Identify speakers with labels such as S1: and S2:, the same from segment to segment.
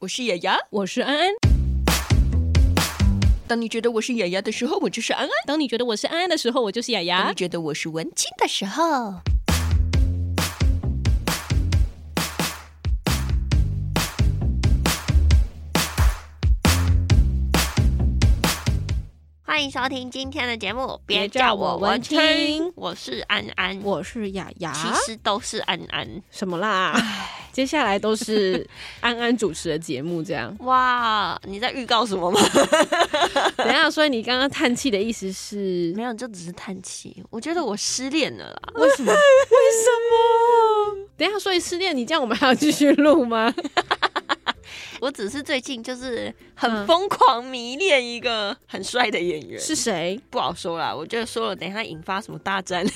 S1: 我是雅雅。
S2: 我是安安。
S1: 当你觉得我是雅雅的时候，我就是安安；
S2: 当你觉得我是安安的时候，我就是雅
S1: 当
S2: 雅
S1: 你。觉得我是文青的时候，
S3: 欢迎收听今天的节目，
S2: 别
S3: 别
S2: 叫
S3: 叫
S2: 我
S3: 我
S2: 文
S3: 文
S2: 青
S3: 青，啊我是安安，
S2: 我是雅雅。
S3: 其实都是安安。
S2: 什么啦？接下来都是 安安主持的节目，这样。
S3: 哇，你在预告什么吗？
S2: 等一下，所以你刚刚叹气的意思是
S3: 没有，就只是叹气。我觉得我失恋了啦。
S2: 为什么？为什么？等一下，所以失恋，你这样我们还要继续录吗？
S3: 我只是最近就是很
S2: 嗯
S3: 疯狂迷恋一个很帅的演员，
S2: 是谁？
S3: 不好说啦。我觉得说了，等一下引发什么大战。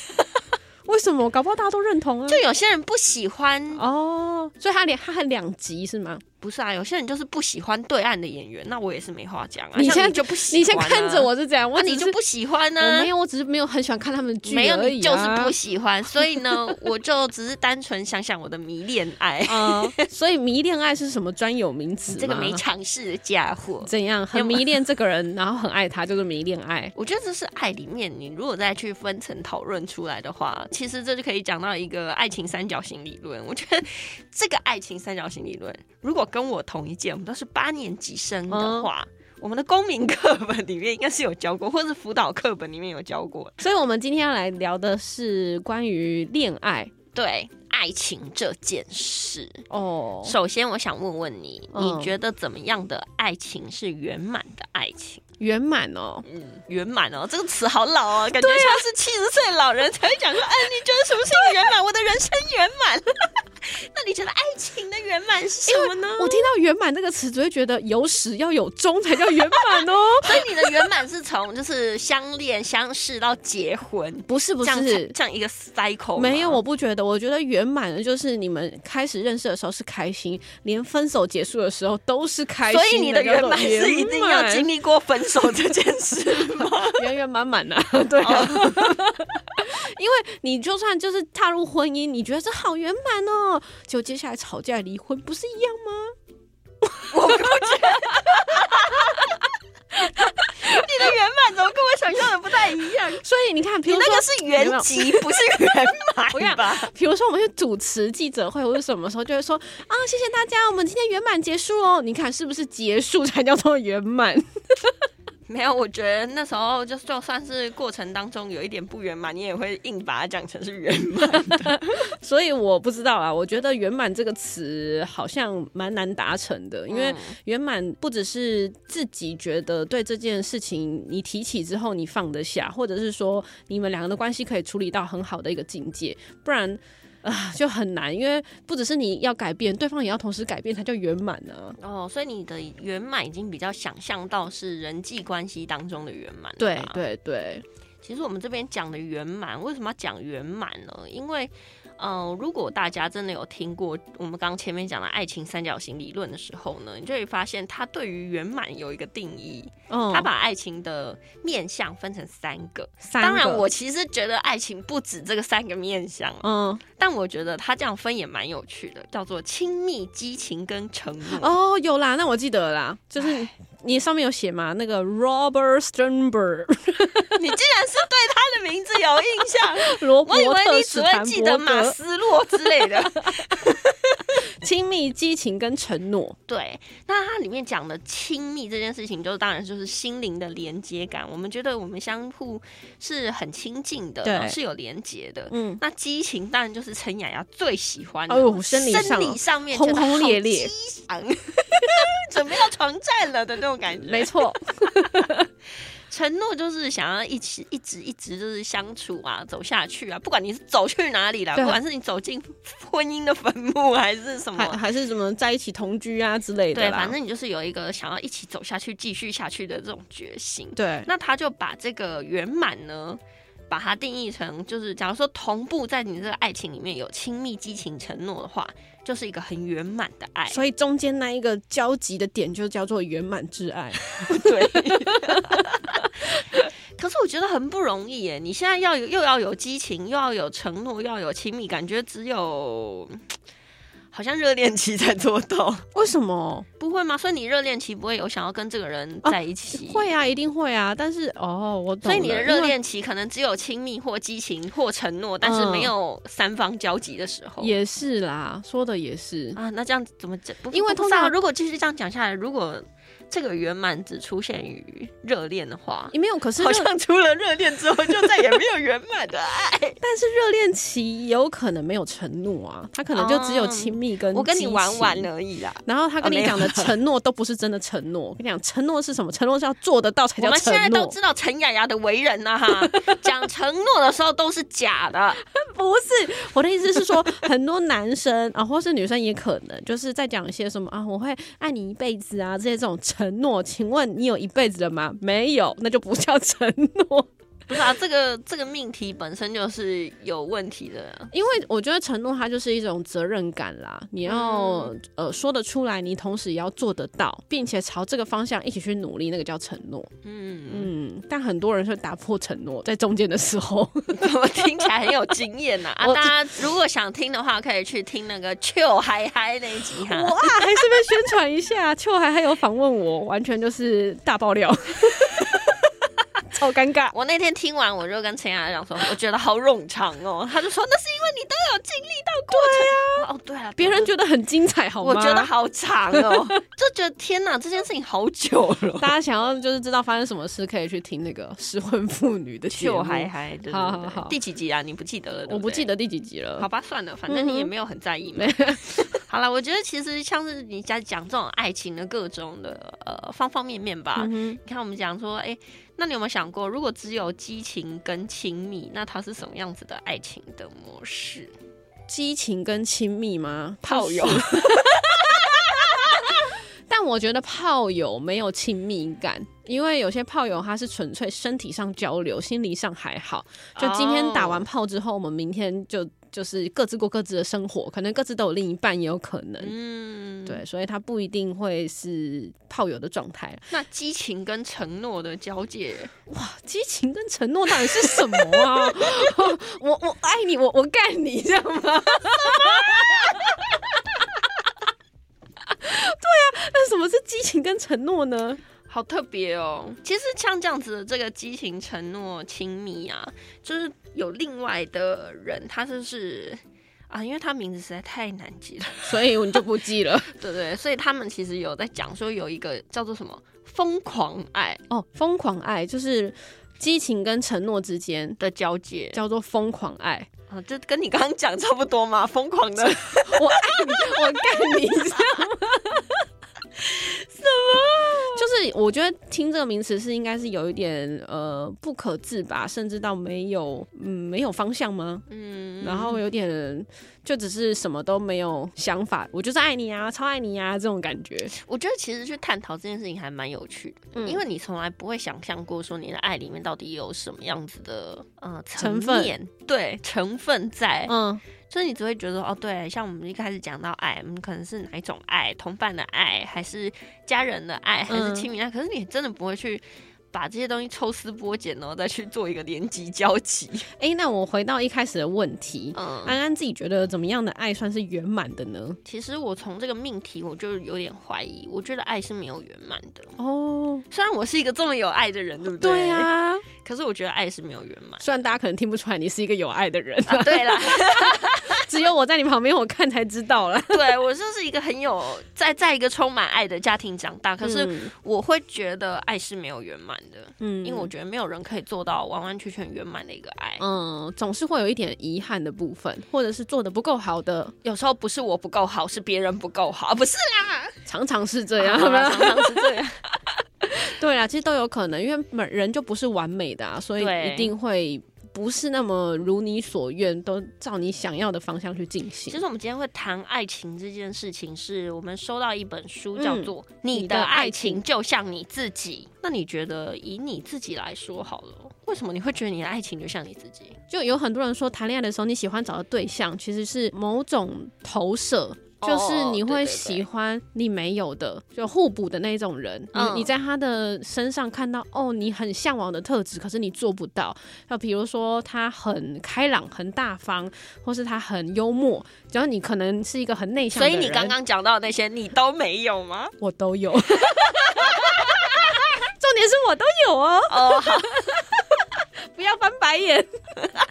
S2: 为什么？搞不好大家都认同啊
S3: 就。有些人不喜欢，
S2: 哦，所以他连他还两集是吗？
S3: 不是啊，有些人就是不喜欢对岸的演员，那我也是没话讲啊。
S2: 你
S3: 像
S2: 现在
S3: 就不喜
S2: 你先
S3: 欢啊
S2: 看着，我是这样，
S3: 那
S2: 我只
S3: 你
S2: 是
S3: 就不喜欢啊呢、
S2: 我没有，我只是没有很喜欢看他们的剧
S3: 没有，
S2: 而
S3: 你
S2: 已
S3: 就是
S2: 啊
S3: 不喜欢，所以呢，我就只是单纯想想我的迷恋爱，
S2: 啊，所以迷恋爱是什么专有名词吗？
S3: 这个没尝试的家伙。
S2: 怎样，很迷恋这个人，然后很爱他，就是迷恋 爱。
S3: 我觉得这是爱里面，你如果再去分层讨论出来的话，其实这就可以讲到一个爱情三角形理论。我觉得这个爱情三角形理论，如果跟我同一届，我们都是八年级生
S2: 嗯
S3: 的话，我们的公民课本里面应该是有教过，或者是辅导课本里面有教过。
S2: 所以，我们今天要来聊的是关于恋爱
S3: 对爱情这件事，
S2: 哦。
S3: 首先，我想问问你，
S2: 嗯
S3: 你觉得怎么样的爱情是圆满的爱情？
S2: 圆满哦，
S3: 嗯，圆满哦，这个词好老哦，感觉
S2: 啊
S3: 像是七十岁老人才会讲说，哎，你觉得什么事情圆满？我的人生圆满。 那你觉得爱情的圆满是什么呢？
S2: 我听到“圆满”这个词，只会觉得有始要有终才叫圆满哦。
S3: 所以你的圆满是从就是相恋、相识到结婚，
S2: 不是不
S3: 这样
S2: 是
S3: 才，这样一个 cycle 吗
S2: 没有，我不觉得。我觉得圆满的就是你们开始认识的时候是开心，连分手结束的时候都是开心
S3: 所以你的圆满是一定要经
S2: 历
S3: 历过分手这件 事吗？
S2: 圆圆满满的， 对啊。因为你就算就是踏入婚姻，你觉得这好圆满哦，就接下来吵架离婚，不是一样吗？
S3: 你的圆满怎么跟我想象的不太一样？
S2: 所以你看，比
S3: 你
S2: 如
S3: 那
S2: 说
S3: 个是原籍，不是圆
S2: 我跟你
S3: 满吧？
S2: 比如说我们去主持记者会或者什么时候，就会说啊，谢谢大家，我们今天圆满结束哦。你看是不是结束才叫做圆满？
S3: 没有，我觉得那时候就就算是过程当中有一点不圆满，你也会硬把它讲成是圆满。
S2: 所以我不知道啊，我觉得圆满这个词好像蛮难达成的，因为圆满不只是自己觉得对这件事情你提起之后你放得下，或者是说你们两个的关系可以处理到很好的一个境界，不然啊、就很难，因为不只是你要改变，对方也要同时改变才叫圆满啊呢。
S3: 哦，所以你的圆满已经比较想象到是人际关系当中的圆满。
S2: 对，啊对对，
S3: 其实我们这边讲的圆满，为什么要讲圆满呢？因为嗯、呃如果大家真的有听过我们刚前面讲的爱情三角形理论的时候呢，你就会发现它对于圆满有一个定义，
S2: 嗯，
S3: 它把爱情的面向分成三个。
S2: 三
S3: 当
S2: 个
S3: 然，我其实觉得爱情不止这个三个面向，
S2: 嗯
S3: 但我觉得它这样分也蛮有趣的，叫做亲密、激情跟承诺。
S2: 哦有啦，那我记得啦，就是你上面有写嘛，那个 Robert Sternberg
S3: 你竟然是对 他的名字有印象，
S2: 罗伯
S3: 我以为
S2: 特
S3: 你
S2: 斯
S3: 只
S2: 坦
S3: 会
S2: 伯
S3: 记得马
S2: 格
S3: 斯洛之类的。
S2: 亲密、激情跟承诺。
S3: 对，那它里面讲的亲密这件事情，就当然就是心灵的连接感。我们觉得我们相互是很亲近的，
S2: 对
S3: 然后是有连接的。
S2: 嗯，
S3: 那激情当然就是陈雅雅最喜欢的，
S2: 哦生理上
S3: 生理上面
S2: 轰轰烈烈，
S3: 激昂准备要床战了的那种感觉。
S2: 没 错。
S3: 承诺就是想要一起一直一直就是相处啊，走下去啊，不管你是走去哪里啦，
S2: 对
S3: 不管是你走进婚姻的坟墓啊还是什
S2: 还
S3: 么。
S2: 还是什么在一起同居啊之类的
S3: 对，
S2: 啦
S3: 反正你就是有一个想要一起走下去、继续下去的这种决心。
S2: 对，
S3: 那他就把这个圆满呢，把它定义成就是，假如说同步在你这个爱情里面有亲密、激情、承诺的话，就是一个很圆满的爱。
S2: 所以中间那一个交集的点就叫做圆满之 爱。
S3: 对。可是我觉得很不容易耶！你现在要有又要有激情，又要有承诺，又要有亲密，感觉只有好像热恋期才做到，
S2: 为什么？
S3: 不会吗？所以你热恋期不会有想要跟这个人在一起，
S2: 会啊，一定会啊。但是哦，我懂
S3: 所
S2: 了。
S3: 以你的热
S2: 因为
S3: 恋期可能只有亲密或激情或承诺，但是没有三方交集的时候。
S2: 也是啦，说的也是。
S3: 啊，那这样怎么这？不
S2: 因为
S3: 不
S2: 通
S3: 知道
S2: 常
S3: 如果继续这样讲下来，如果这个圆满只出现于热恋的话，
S2: 也没有，可是热
S3: 好像除了热恋之后就再也没有圆满 的爱。
S2: 但是热恋期有可能没有承诺啊，他可能就只有亲密跟、
S3: 哦我跟你玩玩。而已啦。
S2: 然后他跟
S3: 哦没
S2: 你
S3: 有
S2: 讲的承诺都不是真的承诺，我跟你讲，承诺是什么？承诺是要做得到才
S3: 我
S2: 叫
S3: 们现在
S2: 承
S3: 都
S2: 诺，
S3: 知道陈雅雅的为人啦、 哈，讲承诺的时候都是假的，
S2: 不是我的意思是说，很多男生啊，或是女生也可能就是在讲一些什么啊，我会爱你一辈子啊这些这种承诺，请问你有一辈子了吗？没有，那就不叫 承诺。
S3: 不是啊？这个这个命题本身就是有问题的。
S2: 因为我觉得承诺它就是一种责任感啦，你要、呃说得出来，你同时也要做得到，并且朝这个方向一起去努力，那个叫承诺。
S3: 嗯，
S2: 嗯，但很多人是打破承诺，在中间的时候，
S3: 怎么听起来很有经验呐、啊？
S2: 我
S3: 大家如果想听的话，可以去听那个《秋嗨嗨》那一集哈。
S2: 哇，还顺便宣传一下，秋海还有访问我，完全就是大爆 料，超尴尬。
S3: 我那天听完，我就跟陈雅讲说，我觉得好冗长哦。他就说，那是因为你都有经历到过程。哦，对了，
S2: 别人
S3: 就
S2: 觉得很精彩，好吗？
S3: 我觉得好长 哦，就觉得天哪，这件事情好久了。
S2: 大家想要就是知道发生什么事，可以去听那个失婚妇女的节目
S3: 秋。嗨嗨，对对对
S2: 好好好
S3: 第几集啊？你不记得了？对对
S2: 我不记。得嗯第几集了。
S3: 好吧，算了，反正你也没有很在意嘛。 好了，我觉得其实像是你在讲这种爱情的各种的呃方方面面吧。
S2: 嗯哼，
S3: 你看，我们讲说，哎、那你有没有想过，如果只有激情跟亲密，那它是什么样子的爱情的模式？
S2: 激情跟亲密吗？
S3: 炮友
S2: 是。 但我觉得炮友没有亲密感，因为有些炮友他是纯粹身体上交流，心理上还好。就今天打完炮之后，我们明天就就是各自过各自的生活，可能各自都有另一半，也有可能。
S3: 嗯，
S2: 对，所以他不一定会是炮友的状态。
S3: 那激情跟承诺的交界，
S2: 激情跟承诺到底是什么啊？ 我我我爱你，我我干你，这样吗？ 对啊，啊那什么是激情跟承诺呢？
S3: 好特别哦。其实像这样子的这个激情、承诺、亲密啊，就是有另外的人，他就是。啊，因为他名字实在太难记了，
S2: 所以我就不记了
S3: 对对，所以他们其实有在讲说有一个叫做什么疯狂爱
S2: 哦。疯狂爱就是激情跟承诺之间
S3: 的交界
S2: 叫做疯狂爱，
S3: 啊，这跟你刚刚讲差不多嘛， 疯狂的
S2: 我爱你，我干你，这样吗？什么？就是我觉得听这个名词是应该是有一点呃不可自拔，甚至到没有嗯没有方向吗？
S3: 嗯
S2: 然后有点就只是什么都没有想法，我就是爱你啊，超爱你啊这种感觉。
S3: 我觉得其实去探讨这件事情还蛮有趣的，
S2: 嗯
S3: 因为你从来不会想象过说你的爱里面到底有什么样子的呃
S2: 成分
S3: 面对成分在，
S2: 嗯，
S3: 所以你只会觉得哦，对，像我们一开始讲到爱，嗯，可能是哪一种爱，同伴的爱，还是家人的爱，还是
S2: 嗯
S3: 亲密爱，可是你真的不会去。把这些东西抽丝剥茧，然后再去做一个连级交集。
S2: 哎、那我回到一开始的问题，
S3: 嗯，
S2: 安安自己觉得怎么样的爱算是圆满的呢？
S3: 其实我从这个命题，我就有点怀疑。我觉得爱是没有圆满的。
S2: 哦，
S3: 虽然我是一个这么有爱的人，对不对？
S2: 对啊，
S3: 可是我觉得爱是没有圆 满。
S2: 虽然大家可能听不出来你是一个有爱的人，
S3: 啊，对啦，
S2: 只有我在你旁边我看才知道 了。
S3: 对我就是一个很有在在一个充满爱的家庭长大，可是
S2: 嗯，
S3: 我会觉得爱是没有圆满的，
S2: 嗯
S3: 因为我觉得没有人可以做到完完全全圆满的一个爱。
S2: 嗯，总是会有一点遗憾的部分，或者是做的不够好的，
S3: 有时候不是我不够好，是别人不够好，啊 不是啦，
S2: 常常是这 样。
S3: 好啦常常是这 样。
S2: 对啦，其实都有可能，因为每人就不是完美的啊，所以
S3: 对
S2: 一定会不是那么如你所愿，都照你想要的方向去进行。
S3: 其实我们今天会谈爱情这件事情，是我们收到一本书，叫做《嗯你
S2: 你
S3: 的
S2: 的
S3: 爱
S2: 爱
S3: 情
S2: 情
S3: 就像你自己》。那你觉得以你自己来说好了，为什么你会觉得你的爱情就像你自己？
S2: 就有很多人说，谈恋爱的时候你喜欢找的对象其实是某种投射，就是你
S3: 哦对对
S2: 会
S3: 对
S2: 喜欢你没有的，就互补的那种人。
S3: 嗯
S2: 你你在他的身上看到哦，你很向往的特质，可是你做不到。就比如说他很开朗、很大方，或是他很幽默，只要你可能是一个很内向
S3: 所
S2: 的人，
S3: 以你刚刚讲到的那些，你都没有吗？
S2: 我都有。 重点是我都有哦，
S3: 哦，好，
S2: 不要翻白眼。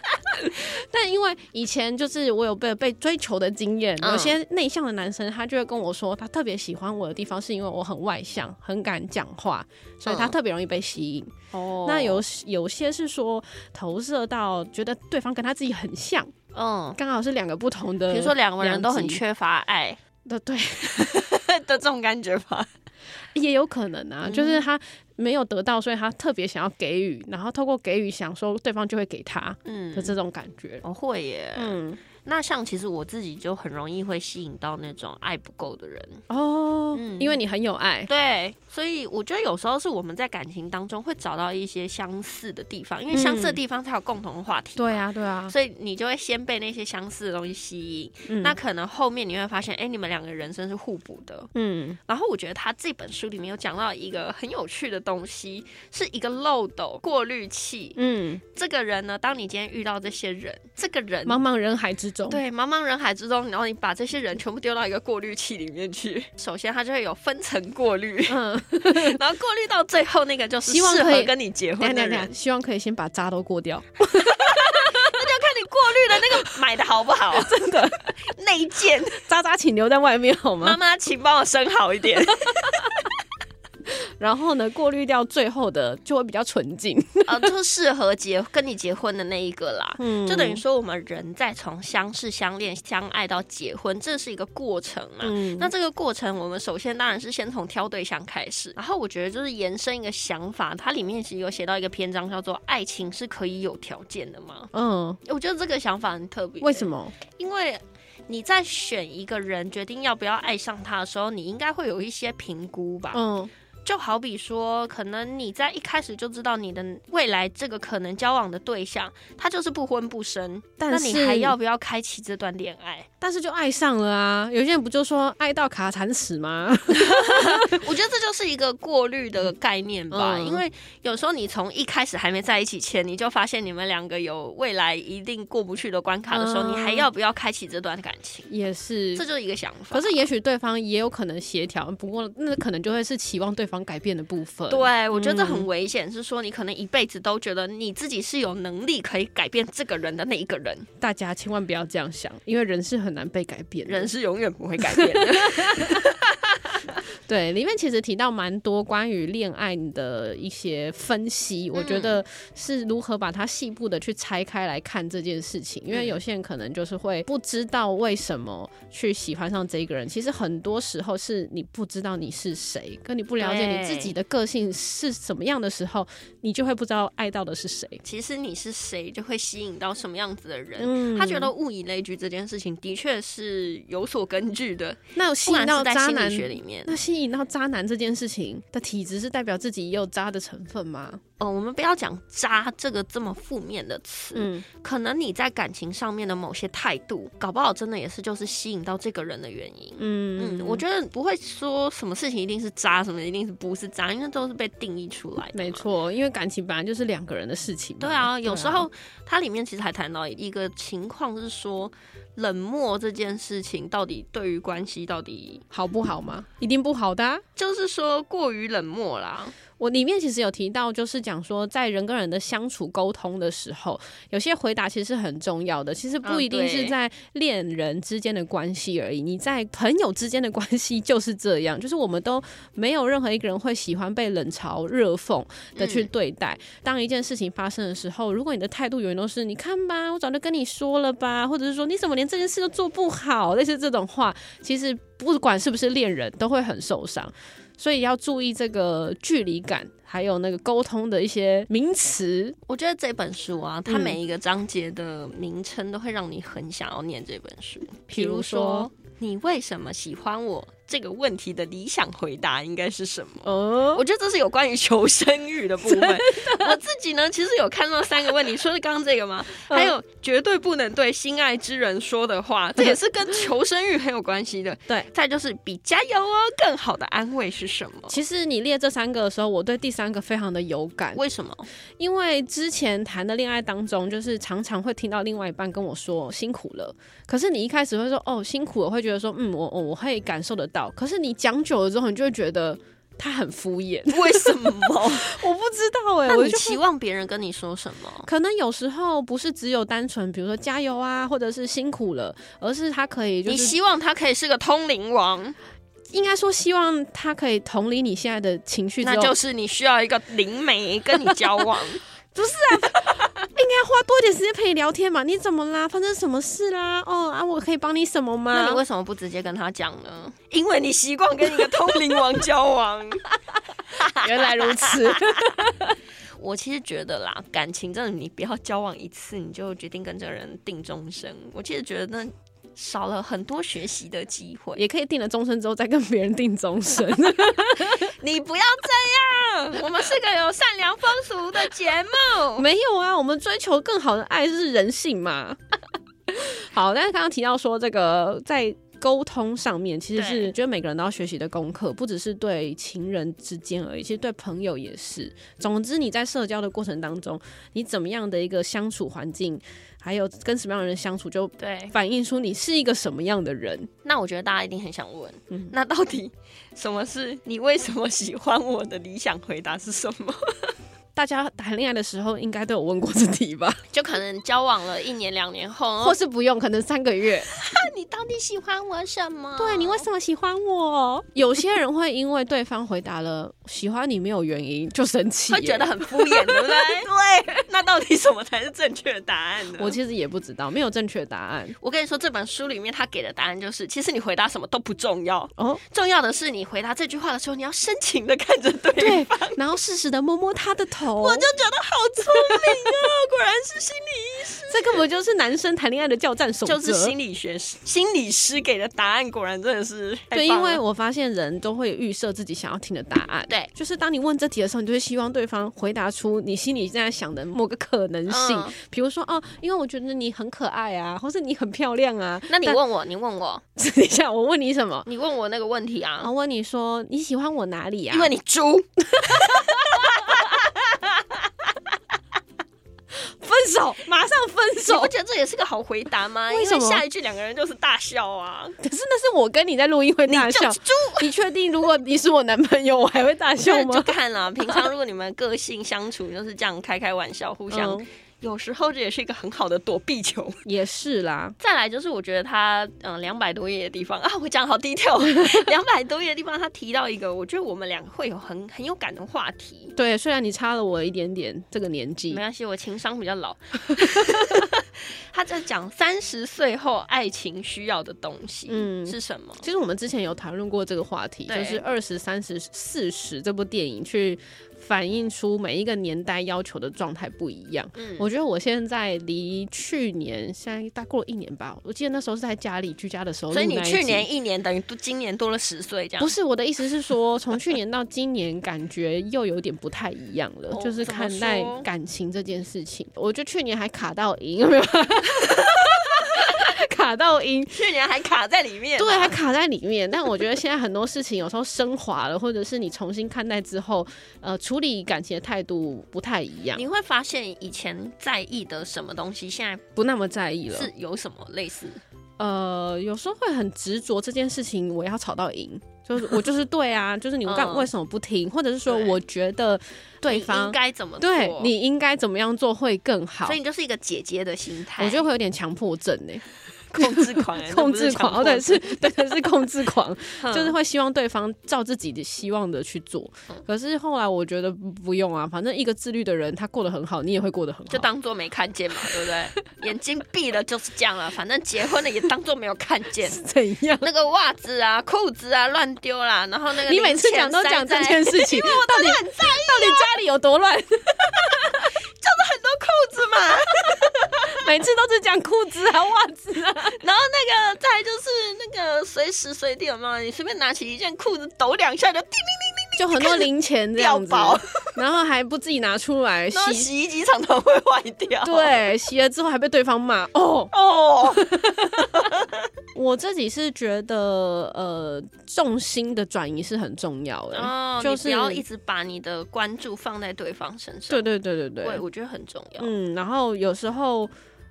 S2: 但因为以前就是我有被被追求的经验，
S3: 嗯
S2: 有些内向的男生他就会跟我说，他特别喜欢我的地方是因为我很外向，很敢讲话，所以他
S3: 嗯
S2: 特别容易被吸引。
S3: 哦
S2: 那有有些是说投射到觉得对方跟他自己很像，
S3: 嗯，
S2: 刚好是两个不同的，
S3: 比如说两个人都很
S2: 两极
S3: 缺乏爱
S2: 的 对，
S3: 的这种感觉吧。
S2: 也有可能
S3: 嗯
S2: 啊，就是他没有得到，所以他特别想要给予，然后透过给予想说对方就会给他
S3: 嗯
S2: 的， 这种感觉。
S3: 我会耶。
S2: 嗯，
S3: 那像其实我自己就很容易会吸引到那种爱不够 的人。
S2: 哦，
S3: 嗯
S2: 因为你很有爱，
S3: 对，所以我觉得有时候是我们在感情当中会找到一些相似的地方，因为相似的地方才有共同的话题。
S2: 嗯对。啊，对啊，
S3: 所以你就会先被那些相似的东西吸引，
S2: 嗯
S3: 那可能后面你会发现，哎、你们两个人生是互补的。
S2: 嗯，
S3: 然后我觉得他这本书里面有讲到一个很有趣的东西，是一个漏斗过滤器。
S2: 嗯，
S3: 这个人呢，当你今天遇到这些人，这个人
S2: 呃茫茫人海之中，
S3: 对，茫茫人海之中，然后你把这些人全部丢到一个过滤器里面去。 首先，它就会有分层过滤，
S2: 嗯，
S3: 然后过滤到最后那个就是
S2: 希望
S3: 适
S2: 可
S3: 合
S2: 以
S3: 跟你结
S2: 等一
S3: 婚
S2: 下等
S3: 的
S2: 一下
S3: 人
S2: 等一下，。希望可以先把渣都过掉。
S3: 看你过滤的那个买的好 不好？真的，那一件
S2: 渣渣请留在外面好
S3: 妈
S2: 吗？
S3: 妈，请帮我生好一点。
S2: 然后呢，过滤掉最后的就会比较纯净。
S3: 啊，就适合结跟你结婚的那一个啦。
S2: 嗯
S3: 就等于说，我们人在从相识、相恋、相爱到结婚，这是一个过程嘛。
S2: 嗯
S3: 那这个过程，我们首先当然是先从挑对象开始，然后我觉得就是延伸一个想法，它里面其实有写到一个篇章叫做“爱情是可以有条件的吗
S2: 嗯，”，
S3: 我觉得这个想法很特别。
S2: 为什
S3: 么？
S2: 么？
S3: 因为你在选一个人决定要不要爱上他的时候，你应该会有一些评估吧？
S2: 嗯
S3: 就好比说，可能你在一开始就知道你的未来这个可能交往的对象，他就是不婚不生，
S2: 但
S3: 那你
S2: 是
S3: 还要不要开启这段恋 爱？
S2: 但是就爱上了啊！有些人不就说爱到卡惨死吗？
S3: 我觉得这就是一个过滤的概念吧，
S2: 嗯
S3: 因为有时候你从一开始还没在一起前，你就发现你们两个有未来一定过不去的关卡的时候，
S2: 嗯
S3: 你还要不要开启这段感情？
S2: 也是
S3: 这，就是一个想法。
S2: 可是也许对方也有可能协调，不过那可能就会是期望对方改变的部分。，
S3: 对，嗯我觉得这很危险，是说你可能一辈子都觉得你自己是有能力可以改变这个人的那一个人，
S2: 大家千万不要这样想，因为人是很难被改变的。
S3: 人是永远不会改变的。
S2: 对，里面其实提到蛮多关于恋爱的一些分析，我
S3: 嗯
S2: 觉得是如何把它细部的去拆开来看这件事情。因为
S3: 嗯
S2: 有些人可能就是会不知道为什么去喜欢上这一个人，其实很多时候是你不知道你是谁，跟你不了解你自己的个性是什么样的时候，你就会不知道爱到的是谁。
S3: 其实你是谁，就会吸引到什么样子的人。
S2: 嗯
S3: 他觉得物以类聚这件事情的确是有所根据的，
S2: 那吸
S3: 不
S2: 引
S3: 管
S2: 到
S3: 是在
S2: 渣
S3: 心
S2: 男
S3: 理，学里面。
S2: 那吸引到渣男这件事情的体质是代表自己也有渣的成分吗？
S3: 呃，我们不要讲“渣”这个这么负面的词，
S2: 嗯，
S3: 可能你在感情上面的某些态度，搞不好真的也是就是吸引到这个人的原因。嗯
S2: 嗯
S3: 我觉得不会说什么事情一定是渣，什么一定是不是渣，因为都是被定义出来的。
S2: 没。错，因为感情本来就是两个人的事情嘛。
S3: 对啊，有时候它里面其实还谈到一个情况是说，冷漠这件事情到底对于关系到底
S2: 好不好嘛，一定不好的啊、
S3: 就是说过于冷漠啦。
S2: 我里面其实有提到，就是讲说，在人跟人的相处沟通的时候，有些回答其实是很重要的。其实不
S3: 嗯
S2: 一定是
S3: 对
S2: 在恋人之间的关系而已，你在朋友之间的关系就是这样，就是我们都没有任何一个人会喜欢被冷嘲热讽的去对待。当一件事情发生的时候，如果你的态度永远都是“你看吧，我早就跟你说了吧”，或者是说“你怎么连这件事都做不好”，类似这种话，其实不管是不是恋人，都会很受伤。所以要注意这个距离感，还有那个沟通的一些名词。
S3: 我觉得这本书啊，它
S2: 嗯
S3: 每一个章节的名称都会让你很想要念这本书。
S2: 比如说，
S3: 你为什么喜欢我这个问题的理想回答应该是什么？
S2: 哦，
S3: 我觉得这是有关于求生欲的部分。我自己呢，其实有看到三个问题，说是刚刚这个吗？
S2: 嗯
S3: 还有绝对不能对心爱之人说的话，这也是跟求生欲很有关系的。
S2: 对，
S3: 再就是比加油哦更好的安慰是什 么？
S2: 其实你列这三个的时候，我对第三个非常的有感，
S3: 为什么？
S2: 因为之前谈的恋爱当中，就是常常会听到另外一半跟我说辛苦了，可是你一开始会说哦辛苦了，会觉得说嗯我我我会感受得到，可是你讲久了之后，你就会觉得他很敷衍，
S3: 为什么？
S2: 我不知道哎、
S3: 那
S2: 我
S3: 你
S2: 就
S3: 期望别人跟你说什么？
S2: 可能有时候不是只有单纯比如说加油啊，或者是辛苦了，而是他可以就
S3: 你
S2: 是
S3: 希望他可以是个通灵王，
S2: 应该说希望他可以同理你现在的情绪之
S3: 那
S2: 后，
S3: 就是你需要一个灵媒跟你交往。
S2: 花多一点时间陪你聊天嘛？你怎么啦？发生什么事啦？哦啊，我可以帮你什么吗？
S3: 那你为什么不直接跟他讲呢？因为你习惯跟一个通灵王交 往。
S2: 原来如此，
S3: 我其实觉得啦，感情真的你不要交往一次你就决定跟这个人定终身。我其实觉得那少了很多学习的机会。
S2: 也可以定了终身之后再跟别人定终身。
S3: 你不要这样，我们是个有善良风俗的节目。
S2: 没有啊，我们追求更好的爱是人性嘛。 好，但是刚刚提到说这个在。沟通上面其实是
S3: 对
S2: 觉得每个人都要学习的功课，不只是对情人之间而已，其实对朋友也是。总之，你在社交的过程当中，你怎么样的一个相处环境，还有跟什么样的人相处，就
S3: 对，
S2: 反映出你是一个什么样的人。
S3: 那我觉得大家一定很想问，
S2: 嗯
S3: 那到底什么是你为什么喜欢我的理想回答是什么？
S2: 大家谈恋爱的时候应该都有问过这题吧，
S3: 就可能交往了一年两年 后，
S2: 或是不用，可能三个月。
S3: 那你到底喜欢我什么？
S2: 对你为什么喜欢我？哦有些人会因为对方回答了喜欢你没有原因就生气，
S3: 会觉得。很敷衍，对不对？对， 那到底什么才是正确的答案呢？
S2: 我其实也不知道，没有正确答案
S3: 我跟你说，这本书里面他给的答案就是，其实你回答什么都不重要，
S2: 哦。
S3: 重要的是你回答这句话的时候，你要深情的看着对方。
S2: 对，然后适时的摸摸他的 头，
S3: 我就觉得好聪明啊，果然是心理医师，
S2: 这根本就是男生谈恋爱的叫战守则。
S3: 就是心理学师、心理师给的答案，果然真的是太
S2: 对，
S3: 棒
S2: 因为
S3: 了
S2: 我发现人都会预设自己想要听的答案。
S3: 对
S2: 就是当你问这题的时候，你就会希望对方回答出你心里正在想的某个可能性，
S3: 嗯
S2: 比如说哦，因为我觉得你很可爱啊，或是你很漂亮啊。
S3: 那你
S2: 但
S3: 问我，你问我，
S2: 等一下，我问你什么？
S3: 你问我那个问题啊，
S2: 然后问你说你喜欢我哪里啊？
S3: 因为你猪，
S2: 分手，马上分
S3: 你不
S2: 手。
S3: 觉得这也是个好回答吗？
S2: 为什么
S3: 因为下一句两个人就是大笑啊，
S2: 可是那是我跟你在录音会大
S3: 你就
S2: 笑
S3: 是。猪。
S2: 你确定如果你是我男朋友，我还会大 笑
S3: 就
S2: 吗？
S3: 看啦，平常如果你们个性相处就是这样开开玩笑，互相、
S2: 嗯
S3: 有时候这也是一个很好的躲避球。
S2: 也是啦，
S3: 再来就是我觉得他嗯两百多页的地方啊，我讲好 低调，两百多页的地方他提到一个，我觉得我们两个会有很很有感的话题。
S2: 对，虽然你差了我一点点这个年纪
S3: 没，关系，我情商比 较老。 他在讲三十岁后爱情需要的东西，
S2: 嗯
S3: 是什么？
S2: 其实我们之前有谈论过这个话题，
S3: 对
S2: 就是《二十三十四十》这部电影去反映出每一个年代要求的状态不一样。
S3: 嗯
S2: 我觉得我现在离去年现在大概过了一年吧，我记得那时候是在家里居家的时候录
S3: 所
S2: 那
S3: 以
S2: 一集，
S3: 你去年一年等于今年多了十岁，这样
S2: 不是我的意思是说，从去年到今年，感觉又有点不太一样了，
S3: 哦
S2: 就是
S3: 怎么
S2: 看待
S3: 说
S2: 感情这件事情。我觉得去年还卡到音，有没有？ 卡到音，
S3: 去年还卡在里面啊，
S2: 对，还卡在里面。但我觉得现在很多事情有时候升华了，或者是你重新看待之后，呃，处理感情的态度不太一样，
S3: 你会发现以前在意的什么东西，现
S2: 不那么在意
S3: 在
S2: 了。
S3: 是有什么类似？
S2: 呃，有时候会很执着这件事情，我要吵到赢，就是我 就是对啊，就是你干
S3: 嗯
S2: 为什么不听，或者是说
S3: 对
S2: 我觉得对
S3: 你
S2: 方
S3: 应该怎么做？
S2: 对你应该怎么样做会更好
S3: 所。以你就是一个姐姐的心态，
S2: 我觉得会有点强迫症欸呢、
S3: 控制狂，哎
S2: 控制狂，哦，对，是，，对，是控制 狂，
S3: 那
S2: 就是
S3: 不强迫症
S2: 会希望对方照自己的希望的去做。
S3: 嗯
S2: 可是后来我觉得不用啊，反正一个自律的人，他过得很好，你也会过得很好。
S3: 就当做没看见嘛，对不 对？眼睛闭了就是这样了，反正结婚了也当做没有看见。
S2: 怎 样？
S3: 那个袜子啊、裤子啊乱丢啦，然后那个
S2: 你每次
S3: 零
S2: 讲
S3: 钱
S2: 都讲这
S3: 塞在
S2: 件事情，到底到
S3: 啊
S2: 底家里有多乱？
S3: 很多裤子嘛，
S2: 每次都是讲裤子啊、袜子啊，
S3: 那个再来就是那个随时随地有没有？你随便拿起一件裤子抖两下就叮
S2: 就很多零钱这
S3: 掉
S2: 样子，
S3: 包，
S2: 然后还不自己拿出来
S3: 然后
S2: 洗，
S3: 洗衣机常常会坏掉。，
S2: 对，洗了之后还被对方骂哦。
S3: 哦，
S2: 我自己是觉得，呃，重心的转移是很重要欸的。
S3: 哦
S2: 嗯就
S3: 你
S2: 是
S3: 不要一直把你的关注放在对方身上。
S2: 对对对对对，
S3: 我觉得很重要。
S2: 嗯，然后有时候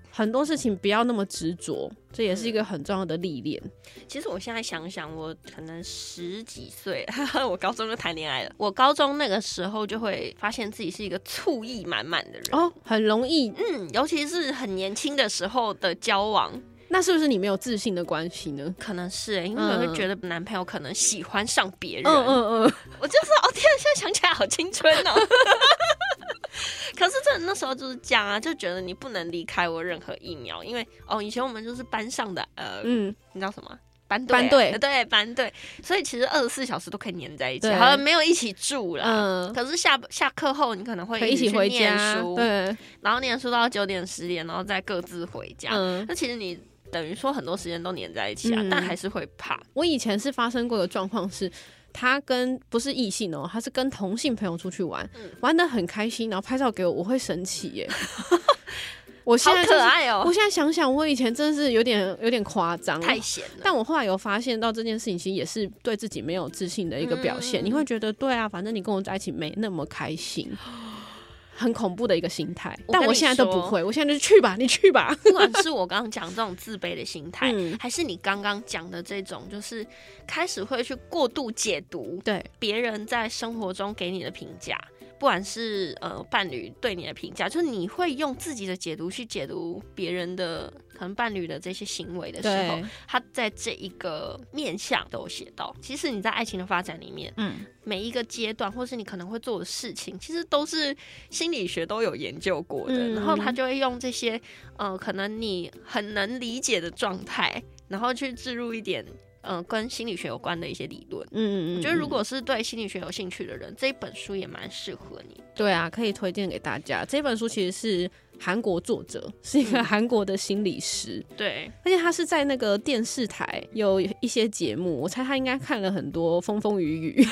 S2: 很多事情不要那么执着，这也是一个
S3: 嗯
S2: 很重要的历练。
S3: 其实我现在想想，我可能十几岁， 我高中就谈恋爱了。我高中那个时候就会发现自己是一个醋意满满的人。
S2: 哦，很容易。
S3: 嗯，尤其是很年轻的时候的交往，
S2: 那是不是你没有自信的关系呢？
S3: 可能是、欸、因为我
S2: 嗯
S3: 会觉得男朋友可能喜欢上别人，
S2: 嗯嗯嗯，
S3: 我就是哦天啊，现在想起来好青春哦。 可是真的那时候就是这样啊，就觉得你不能离开我任何一秒，因为哦，以前我们就是班上的呃，
S2: 嗯，
S3: 你知道什么？班队啊，
S2: 班队
S3: 呃对班队，所以其实二十四小时都可以黏在一起，
S2: 对
S3: 好像没有一起住啦。
S2: 嗯，
S3: 可是下下课后，你啊可能会
S2: 可以一起
S3: 去
S2: 回
S3: 念
S2: 家，
S3: 书，
S2: 对，
S3: 然后念书到九点十点，然后再各自回家。
S2: 嗯，
S3: 那其实你等于说很多时间都黏在一起啊，
S2: 嗯
S3: 但还是会怕。
S2: 我以前是发生过的状况是。他跟不是异性哦，他是跟同性朋友出去玩，
S3: 嗯
S2: 玩的很开心，然后拍照给我，我会生气 耶。我现
S3: 好
S2: 在、就是、
S3: 可爱哦、
S2: 我现在想想，我以前真是有点有点夸张，
S3: 太闲了。
S2: 但我后来有发现到这件事情，其实也是对自己没有自信的一个表现。
S3: 嗯
S2: 你会觉得，对啊，反正你跟我在一起没那么开心，很恐怖的一个心态。
S3: 我跟
S2: 但我
S3: 你
S2: 现在都
S3: 说
S2: 不会，我现在就是去吧，你去吧。
S3: 不管是我刚刚讲这种自卑的心 态，
S2: 嗯
S3: 还是你刚刚讲的这种，就是开始会去过度解读
S2: 对，
S3: 别人在生活中给你的评价，不管是呃伴侣对你的评价，就是你会用自己的解读去解读别人的可能伴侣的这些行为的时候
S2: 对，，
S3: 他在这一个面向都有写到。其实你在爱情的发展里面，
S1: 嗯，
S3: 每一个阶段，或是你可能会做的事情，其实都是心理学都有研究过的。
S2: 嗯
S3: 然后他就会用这些呃，可能你很能理解的状态，然后去置入一点呃跟心理学有关的一些理论。
S2: 嗯嗯嗯，
S3: 我觉得如果是对心理学有兴趣的人，这一本书也蛮适合你。
S2: 对啊，可以推荐给大家。这本书其实是韩国作者，是一个
S3: 嗯
S2: 韩国的心理师，
S3: 对，
S2: 而且他是在那个电视台有一些节目，我猜他应该看了很多风风雨 雨。，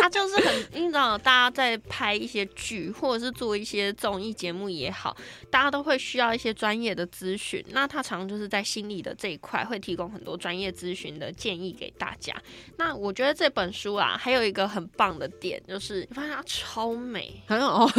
S3: 他就是很，你知道，大家在拍一些剧或者是做一些综艺节目也好，大家都会需要一些专业的咨询。那他常常就是在心理的这一块会提供很多专业咨询的建议给大家。那我觉得这本书啊，还有一个很棒的点就是，你发现它超美
S2: 好像哦，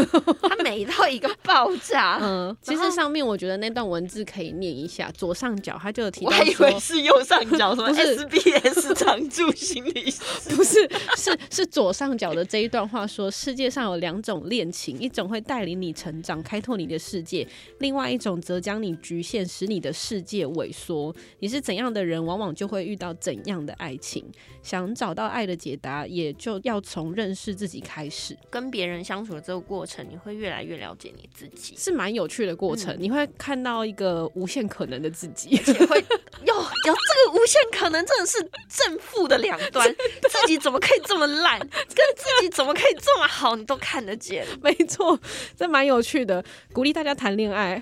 S3: 它美到一个爆炸。
S2: 嗯，其
S3: 然
S2: 实
S3: 后
S2: 上面我觉得那段文字可以念一下，左上角他就有提
S3: 我
S2: 到
S3: 还以为
S2: 说，
S3: 是右上角什 么
S2: 不是
S3: SBS 常驻心理师，
S2: 不是，是是左上角的这一段话说，世界上有两种恋情，一种会带领你成长，开拓你的世界；另外一种则将你局限，使你的世界萎缩。你是怎样的人，往往就会遇到怎样的爱情。想找到爱的解答，也就要从认识自己开始，
S3: 跟别人相处的这个过程，你会越来越了解你自己。
S2: 是蛮有趣的过程。你会看到一个无限可能的自己。
S3: 也会有有这个无限可能，真的是正负的两端。自己怎么可以这么烂，跟自己怎么可以这么好，你都看得见。
S2: 没错，这蛮有趣的，鼓励大家谈恋爱。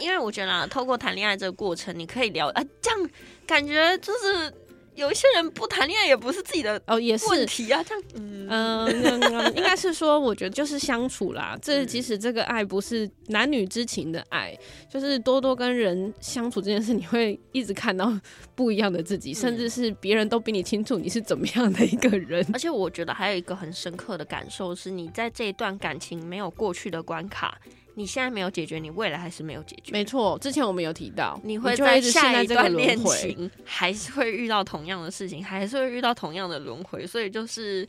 S3: 因为我觉得啊，透过谈恋爱这个过程，你可以聊啊，这样感觉就是有一些人不谈恋爱也不是自己 的
S2: 哦，也是，
S3: 问题啊，这样嗯。
S2: 嗯，应该是说，我觉得就是相处啦。这即使这个爱不是男女之情的爱，就是多多跟人相处这件事，你会一直看到不一样的自己，甚至是别人都比你清楚你是怎么样的一个人。
S3: 而且我觉得还有一个很深刻的感受是，你在这一段感情没有过去的关卡，你现在没有解决，你未来还是没有解决。
S2: 没错，之前我们有提到，
S3: 你会
S2: 就会
S3: 在
S2: 一直陷
S3: 下
S2: 在
S3: 一
S2: 这个
S3: 段
S2: 轮
S3: 恋
S2: 回。
S3: 情还是会遇到同样的事情，还是会遇到同样的轮回，所以就是。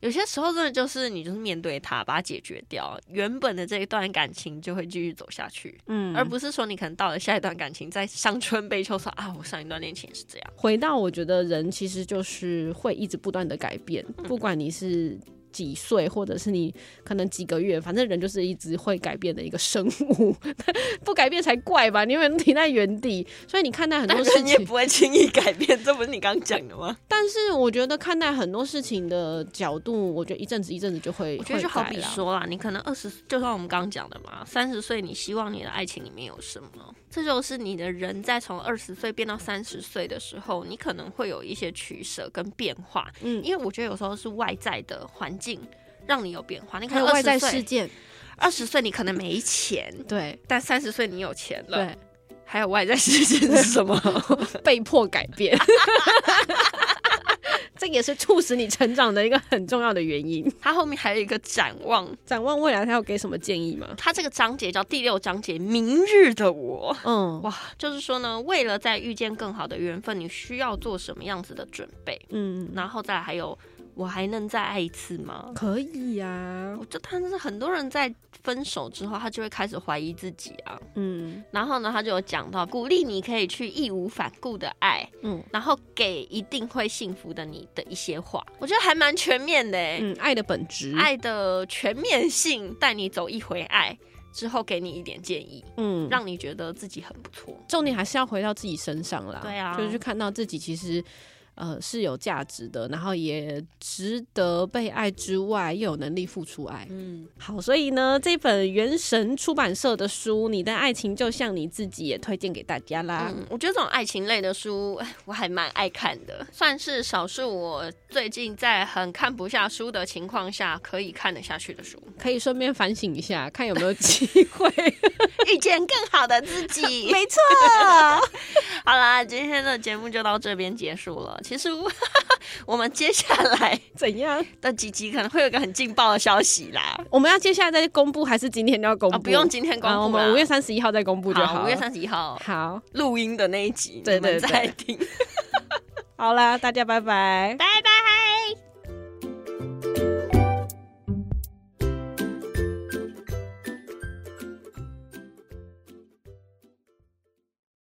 S3: 有些时候真的就是你就是面对它，把它解决掉，原本的这一段感情就会继续走下去，
S2: 嗯
S3: 而不是说你可能到了下一段感情再伤春悲秋说啊，我上一段恋情也是这样。嗯
S2: 回到我觉得人其实就是会一直不断的改变，不管你是几岁，或者是你可能几个月，反正人就是一直会改变的一个生物， 不改变才怪吧？你永远停在原地，所以你看待很多
S3: 但
S2: 事
S3: 是
S2: 情，
S3: 你也不会轻易改变，这不是你刚讲的吗？
S2: 但是我觉得看待很多事情的角度，我觉得一阵子一阵子就会，
S3: 我觉得就好
S2: 会
S3: 比
S2: 改啦，
S3: 说啦，你可能二十，就像我们刚刚讲的嘛，三十岁你希望你的爱情里面有什么？这就是你的人在从二十岁变到三十岁的时候，你可能会有一些取舍跟变化，
S2: 嗯，
S3: 因为我觉得有时候是外在的环境让你有变化。你可
S2: 还有
S3: 能
S2: 外在
S3: 20
S2: 事
S3: 岁，
S2: 件，
S3: 二十岁你可能没钱，
S2: 对
S3: 但三十岁你有钱了。
S2: 对，
S3: 还有外在事件 是什么？
S2: 被迫改变。 这也是促使你成长的一个很重要的原因。
S3: 它后面还有一个展望，
S2: 展望未来，他要给什么建议吗？
S3: 它这个章节叫第六章节《明日的我》。
S2: 嗯
S3: 哇，就是说呢，为了再遇见更好的缘分，你需要做什么样子的准备？
S2: 嗯，
S3: 然后再来还有，我还能再爱一次吗？
S2: 可以啊呀、
S3: 我就但是很多人在分手之后，他就会开始怀疑自己啊。
S2: 嗯
S3: 然后呢，他就有讲到，鼓励你可以去义无反顾的爱，
S2: 嗯
S3: 然后给一定会幸福的你的一些话，我觉得还蛮全面的、欸。
S2: 嗯，爱的本质，，
S3: 爱的全面性，带你走一回爱之后，给你一点建议，
S2: 嗯，让
S3: 让你觉得自己很不错。
S2: 重点还是要回到自己身上啦。
S3: 对啊
S2: 就是去看到自己其实。呃，是有价值的，然后也值得被爱之外，又有能力付出爱。
S3: 嗯，
S2: 好，所以呢，这本原神出版社的书《你的爱情就像你自己》也推荐给大家啦。
S3: 嗯，我觉得这种爱情类的书，哎我还蛮爱看的，算是少数我最近在很看不下书的情况下可以看得下去的书，
S2: 可以顺便反省一下，看有没有机会。
S3: 遇见更好的自 己。
S2: 没错，
S3: 好啦，今天的节目就到这边结束了。其实我 们接下来
S2: 怎样？
S3: 的几集可能会有一个很劲爆的消息啦，
S2: 我们要接下来再公布，还是今天就要公
S3: 啊、
S2: 布？
S3: 不用今天公布啦、
S2: 啊，我们五月三十一号再公布就
S3: 好，
S2: 了。
S3: 五月三十一号
S2: 好，
S3: 录音的那一集，
S2: 对
S3: 你们
S2: 对对
S3: 再听。
S2: 好啦，大家拜拜。
S3: 拜。